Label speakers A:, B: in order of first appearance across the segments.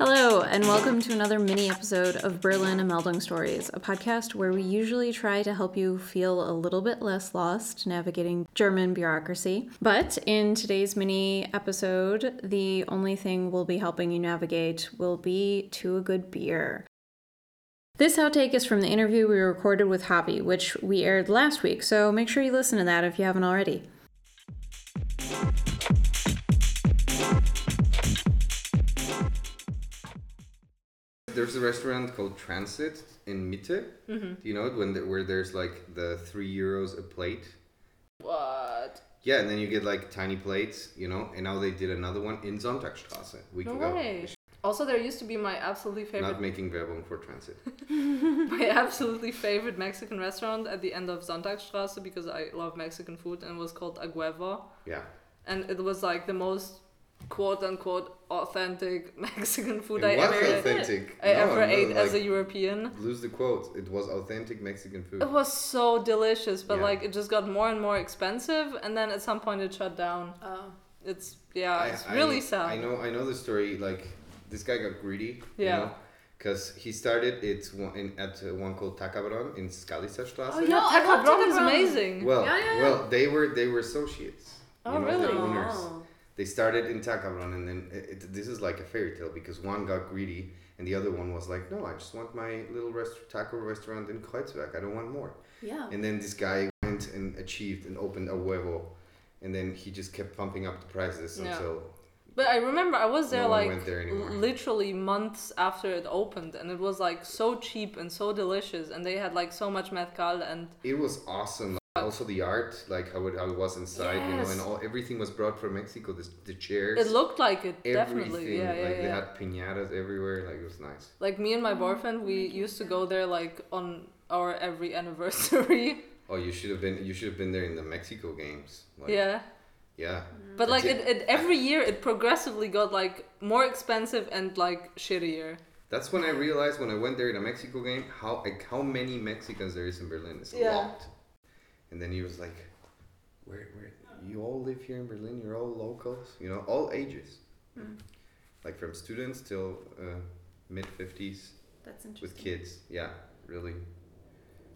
A: and welcome to another mini episode of Berlin and Meldung Stories, a podcast where we usually try to help you feel a little bit less lost navigating German bureaucracy. But in today's mini episode, the only thing we'll be helping you navigate will be to a good beer. This outtake is from the interview we recorded with Hobby, which we aired last week, so make sure you listen to that if you haven't already.
B: There's a restaurant called Transit in Mitte.
C: Mm-hmm.
B: Do you know it? When the, where there's like the three euros a plate.
C: What?
B: Yeah, and then you get like tiny plates, you know. And now they did another one in Sonntagstrasse. a Week
C: No
B: ago.
C: way. Also, there used to be my absolutely
B: Not
C: favorite,
B: making Werbung for Transit.
C: my absolutely favorite Mexican restaurant at the end of Sonntagstrasse because I love Mexican food and it was called Agueva,
B: Yeah.
C: and it was like the most quote unquote authentic Mexican food I
B: it was
C: ever
B: authentic.
C: I ever
B: no,
C: ate as a Oh,
B: like,
C: European.
B: Lose the quote. It was authentic Mexican food.
C: It was so delicious, but
B: Yeah.
C: like it just got more and more expensive, and then at some point it shut down.
A: Oh.
C: It's yeah, it's really sad.
B: I know. I know the story. Like this guy got greedy.
C: Yeah.
B: You know? Cause he started it one, in, at uh, one called Takabron in Skalica Straße.
A: Oh, No, I
C: Taco
A: love
C: Bell is
A: Taco Bell.
C: amazing.
B: Well,
A: Yeah, yeah, yeah.
B: well, they were they were associates.
C: Oh,
B: you know,
C: really? Oh.
B: The owners. They started in Tacabron, and then it, it- this is like a fairy tale because one got greedy, and the other one was like, "No, I just want my little rest- taco restaurant in Kreuzberg. I don't want more."
A: Yeah.
B: And then this guy went and achieved and opened a huevo, and then he just kept pumping up the prices
C: Yeah.
B: until
C: But I remember I was there
B: No one
C: like
B: went there anymore.
C: literally months after it opened, and it was like so cheap and so delicious, and they had like so much mezcal and
B: it was awesome. Like, also the art, like how it, how it was inside, you know,
C: Yes.
B: and all everything was brought from Mexico. The, the chairs,
C: it looked like it definitely.
B: everything.
C: Yeah, yeah,
B: like they
C: yeah.
B: had piñatas everywhere. Like it was nice.
C: Like me and my boyfriend, we used to go there like on our every anniversary.
B: Oh, you should have been. You should have been there in the Mexico games. Like,
C: yeah.
B: Yeah.
C: But like
B: That's
C: it, it every year it progressively got like more expensive and like shittier.
B: That's when I realized when I went there in a Mexico game how like how many Mexicans there is in Berlin. It's
C: Yeah.
B: a lot. And then he was like, "Where, where? You all live here in Berlin. You're all locals. You know, all ages, like from students till uh, mid fifties
A: That's
B: with
A: interesting.
B: kids. Yeah, really.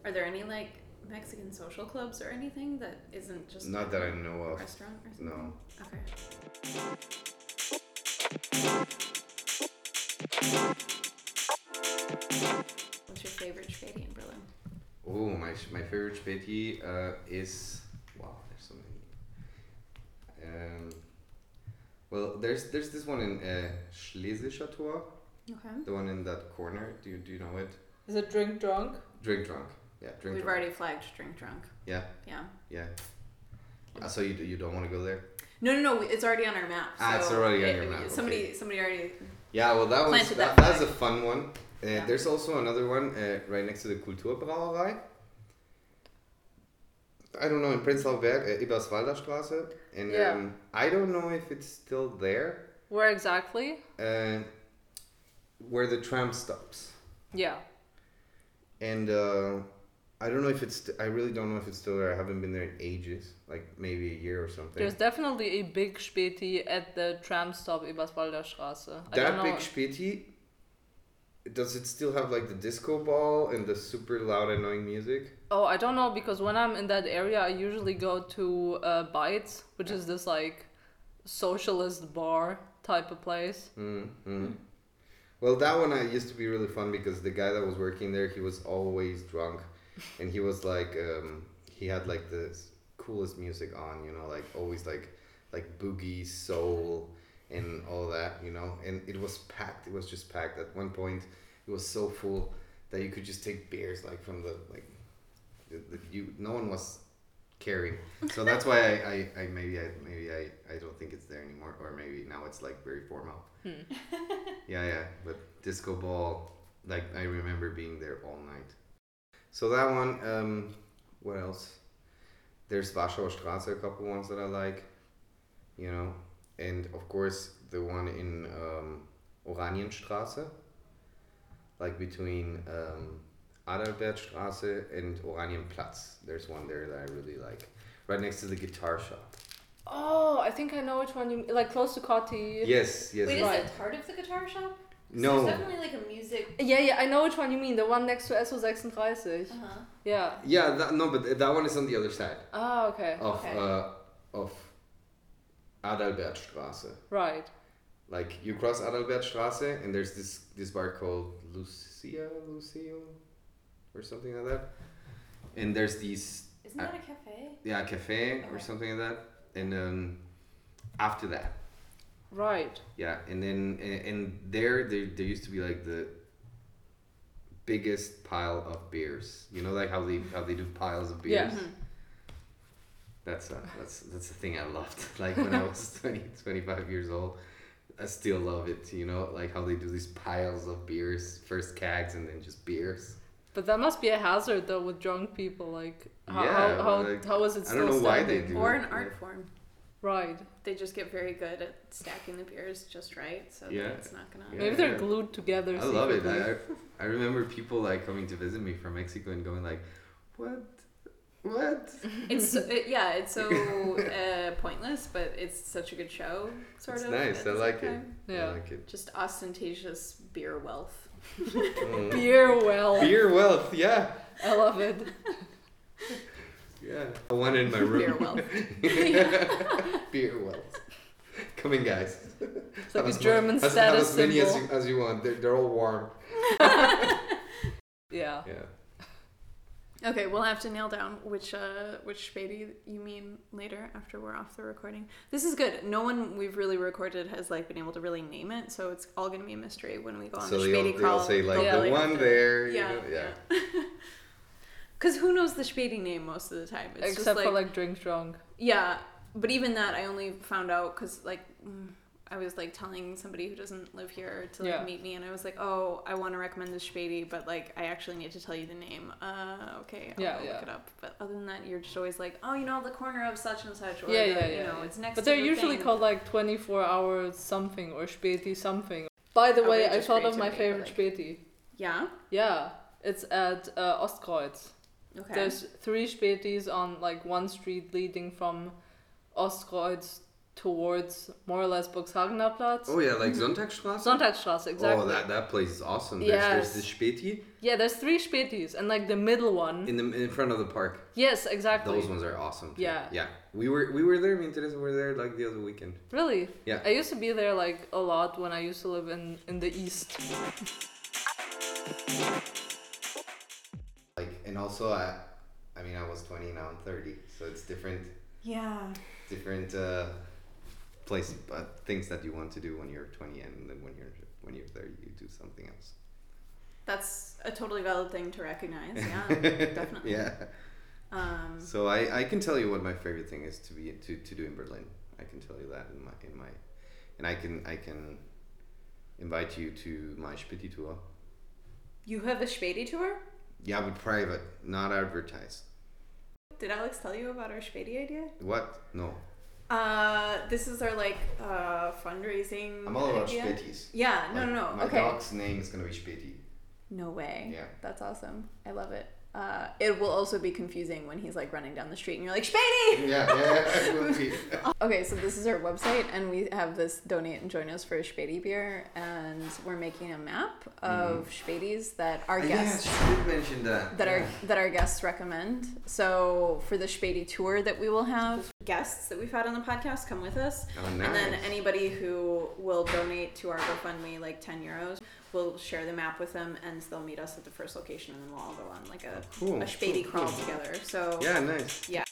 A: Are there any like Mexican social clubs or anything that isn't just
B: Not that I know
A: a
B: of.
A: restaurant or something?
B: No.
A: Okay. What's your favorite spaghetti in Berlin?
B: Oh, my sh- my favorite spaghetti uh, is wow. There's so many. Um, well, there's there's this one in uh, Schlesischer Tor,
A: Okay.
B: the one in that corner. Do you do you know it?
C: Is it drink drunk?
B: Drink drunk. Yeah, drink
A: We've
B: drunk.
A: already flagged drink drunk.
B: Yeah,
A: Yeah.
B: yeah. Uh, so you d- you don't want to go there?
A: No, no, no. we- It's already on our map.
B: Ah, it's
A: so
B: already on
A: it-
B: your map,
A: Somebody,
B: okay.
A: somebody already.
B: Yeah, well that was
A: Planted
B: that,
A: that
B: that's a fun one. Uh,
A: Yeah.
B: There's also another one uh, right next to the Kulturbrauerei. I don't know in Prenzlauer Berg, uh, Eberswalder Straße, and
C: Yeah.
B: um, I don't know if it's still there.
C: Where exactly?
B: Uh, where the tram stops,
C: Yeah.
B: and uh, I don't know if it's. I really don't know if it's still there. I haven't been there in ages, like maybe a year or something.
C: There's definitely a big Späti at the tram stop Eberswalder Straße. I don't
B: that
C: know.
B: big Späti, does it still have like the disco ball and the super loud annoying music?
C: oh, I don't know because when I'm in that area, I usually go to uh, Bites, which is this like socialist bar type of place.
B: mm mm. Well, that one I used to be really fun because the guy that was working there, he was always drunk, and he was like, um, he had like the s- coolest music on, you know, like always like like boogie soul and all that, you know, and it was packed. It was just packed. At one point, it was so full that you could just take beers like from the like, the, the, you no one was carrying. So that's why I, I, I maybe I maybe I, I don't think it's there anymore, or maybe now it's like very formal. yeah, yeah. But disco ball, like I remember being there all night. So that one. Um, what else? There's Warschauer Straße, a couple ones that I like, you know, and of course the one in um, Oranienstraße, like between um, Adalbertstraße and Oranienplatz. There's one there that I really like, right next to the guitar shop.
C: Oh, I think I know which one you like close to Kotti.
B: Yes, yes. yes.
A: Wait, is
C: right.
A: it part of the guitar shop?
B: No.
D: There's definitely like a music.
C: Yeah, yeah, I know which one you mean. The one next to SO36.
D: Uh-huh.
C: Yeah.
B: Yeah, that, no, but that one is on the other side
C: Ah, okay.
B: of
D: Okay.
B: uh, of Adalbertstraße.
C: Right.
B: Like you cross Adalbertstraße and there's this this bar called Lucia Lucio or something like that. And there's these
D: Isn't that a cafe?
B: yeah cafe or
D: Okay.
B: something like that. And um, after that,
C: Right.
B: yeah, and then and, and there, there there used to be like the biggest pile of beers. You know, like how they how they do piles of beers.
C: Yeah.
B: That's a, that's that's the thing I loved. Like when I was 20, 25 years old, I still love it. You know, like how they do these piles of beers, first cags and then just beers.
C: But that must be a hazard though with drunk people. Like, how,
B: Yeah,
C: how, how,
B: like,
C: how is
B: I
C: it still
B: don't know why they
C: standing?
B: do.
D: Or
B: it.
D: an art form.
C: Right.
D: They just get very good at stacking the beers just right, so
B: Yeah.
D: that it's not gonna.
B: Yeah,
C: Maybe they're
B: yeah.
C: glued together.
B: I love it.
C: secretly.
B: I, I remember people like coming to visit me from Mexico and going like, what, what?
D: It's so, it, yeah, it's so uh, pointless, but it's such a good show, sort
B: It's
D: of.
B: nice,
D: at the
B: I
D: same
B: like it.
D: time.
C: Yeah.
B: I like it.
D: Just ostentatious beer wealth.
B: Mm.
C: Beer well.
B: Beer wealth, yeah,
C: I love it.
B: yeah. I want it in my room.
D: Beer wealth.
B: Beer wealth. Come in, guys.
C: It's
B: Have
C: like a
B: as mu-
C: German
B: as- have
C: status
B: as many
C: symbol.
B: as you, as you want. They're, they're all warm.
C: Yeah.
B: Yeah.
D: Okay, we'll have to nail down which uh which Spady you mean later after we're off the recording. This is good. No one we've really recorded has like been able to really name it, so it's all gonna be a mystery when we go on
B: So
D: the
B: they'll,
D: Spady
B: they'll
D: crawl.
B: say like
C: Yeah.
B: the
D: really
B: one
D: have to-
B: there. you
D: Yeah,
B: know, yeah.
D: Because who knows the Spady name most of the time? It's just
C: Except for like drink drunk.
D: Yeah, but even that I only found out because like mm, I was like telling somebody who doesn't live here to like
C: Yeah.
D: meet me, and I was like, oh, I want to recommend this Spady, but like I actually need to tell you the name. Uh, okay, I'll
C: Yeah,
D: go
C: yeah.
D: look it up. But other than that, you're just always like, oh, you know, the corner of such and such, or
C: Yeah,
D: the-
C: yeah,
D: you
C: yeah,
D: know,
C: yeah.
D: it's next.
C: But
D: to
C: they're
D: the
C: usually
D: thing.
C: called like 24 hour something or Späti something. By
D: Oh,
C: the way, I
D: Outrageous
C: thought of my favorite
D: creativity, but,
C: Späti.
D: Yeah.
C: Yeah, it's at uh, Ostkreuz.
D: Okay.
C: There's three Spätis on like one street leading from Ostkreuz towards more or less Buxhagener Platz.
B: Oh yeah, like Sonntagstraße.
C: Sonntagstrasse, Mm-hmm. exactly.
B: Oh, that that place is awesome. There's, there's
C: Yes.
B: this Späti
C: Yeah, there's three Spätis and like the middle one.
B: in the in front of the park.
C: yes, exactly.
B: Those ones are awesome. too.
C: Yeah.
B: Yeah. We were we were there. Me and Teresa were there like the other weekend.
C: Really?
B: Yeah.
C: I used to be there like a lot when I used to live in in the east.
B: Like and also I, I mean I was twenty now I'm thirty, so it's different
D: yeah.
B: different uh, places, but things that you want to do when you're twenty and then when you're when you're thirty you do something else.
D: That's a totally valid thing to recognize. Yeah, definitely.
B: Yeah.
D: Um,
B: So I, I can tell you what my favorite thing is to be to, to do in Berlin. I can tell you that in my in my and I can I can invite you to my Spitty tour.
D: you have a Spady tour?
B: Yeah, but private, not advertised.
D: Did Alex tell you about our Spady idea?
B: What? No.
D: Uh, this is our like uh fundraising.
B: I'm all about
D: idea.
B: Spitties.
D: Yeah, no,
B: Like,
D: no, no.
B: My
D: okay.
B: dog's name is gonna be Spitty.
D: No way.
B: Yeah.
D: That's awesome. I love it. Uh, it will also be confusing when he's like running down the street and you're like, Spady!
B: Yeah, yeah, it will be.
D: okay, so this is our website and we have this donate and join us for a Spady beer and we're making a map
B: Mm-hmm.
D: of Spadies that our guests
B: Yeah, she did mention that.
D: that our
B: Yeah.
D: that our guests recommend. So for the Spady tour that we will have, guests that we've had on the podcast come with us,
B: Oh,
D: and then
B: nice.
D: anybody who will donate to our GoFundMe like ten euros, we'll share the map with them, and they'll meet us at the first location, and then we'll all go on like a
B: Oh, Cool,
D: a Spady
B: cool,
D: crawl
B: cool.
D: together. So
B: Yeah, nice.
D: yeah.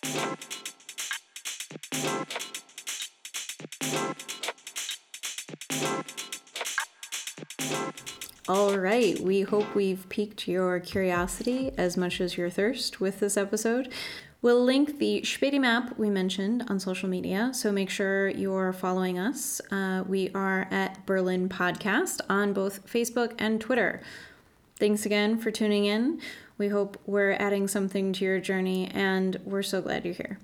A: All right, we hope we've piqued your curiosity as much as your thirst with this episode. We'll link the Spady map we mentioned on social media, so make sure you're following us. Uh, we are at Berlin Podcast on both Facebook and Twitter. Thanks again for tuning in. We hope we're adding something to your journey, and we're so glad you're here.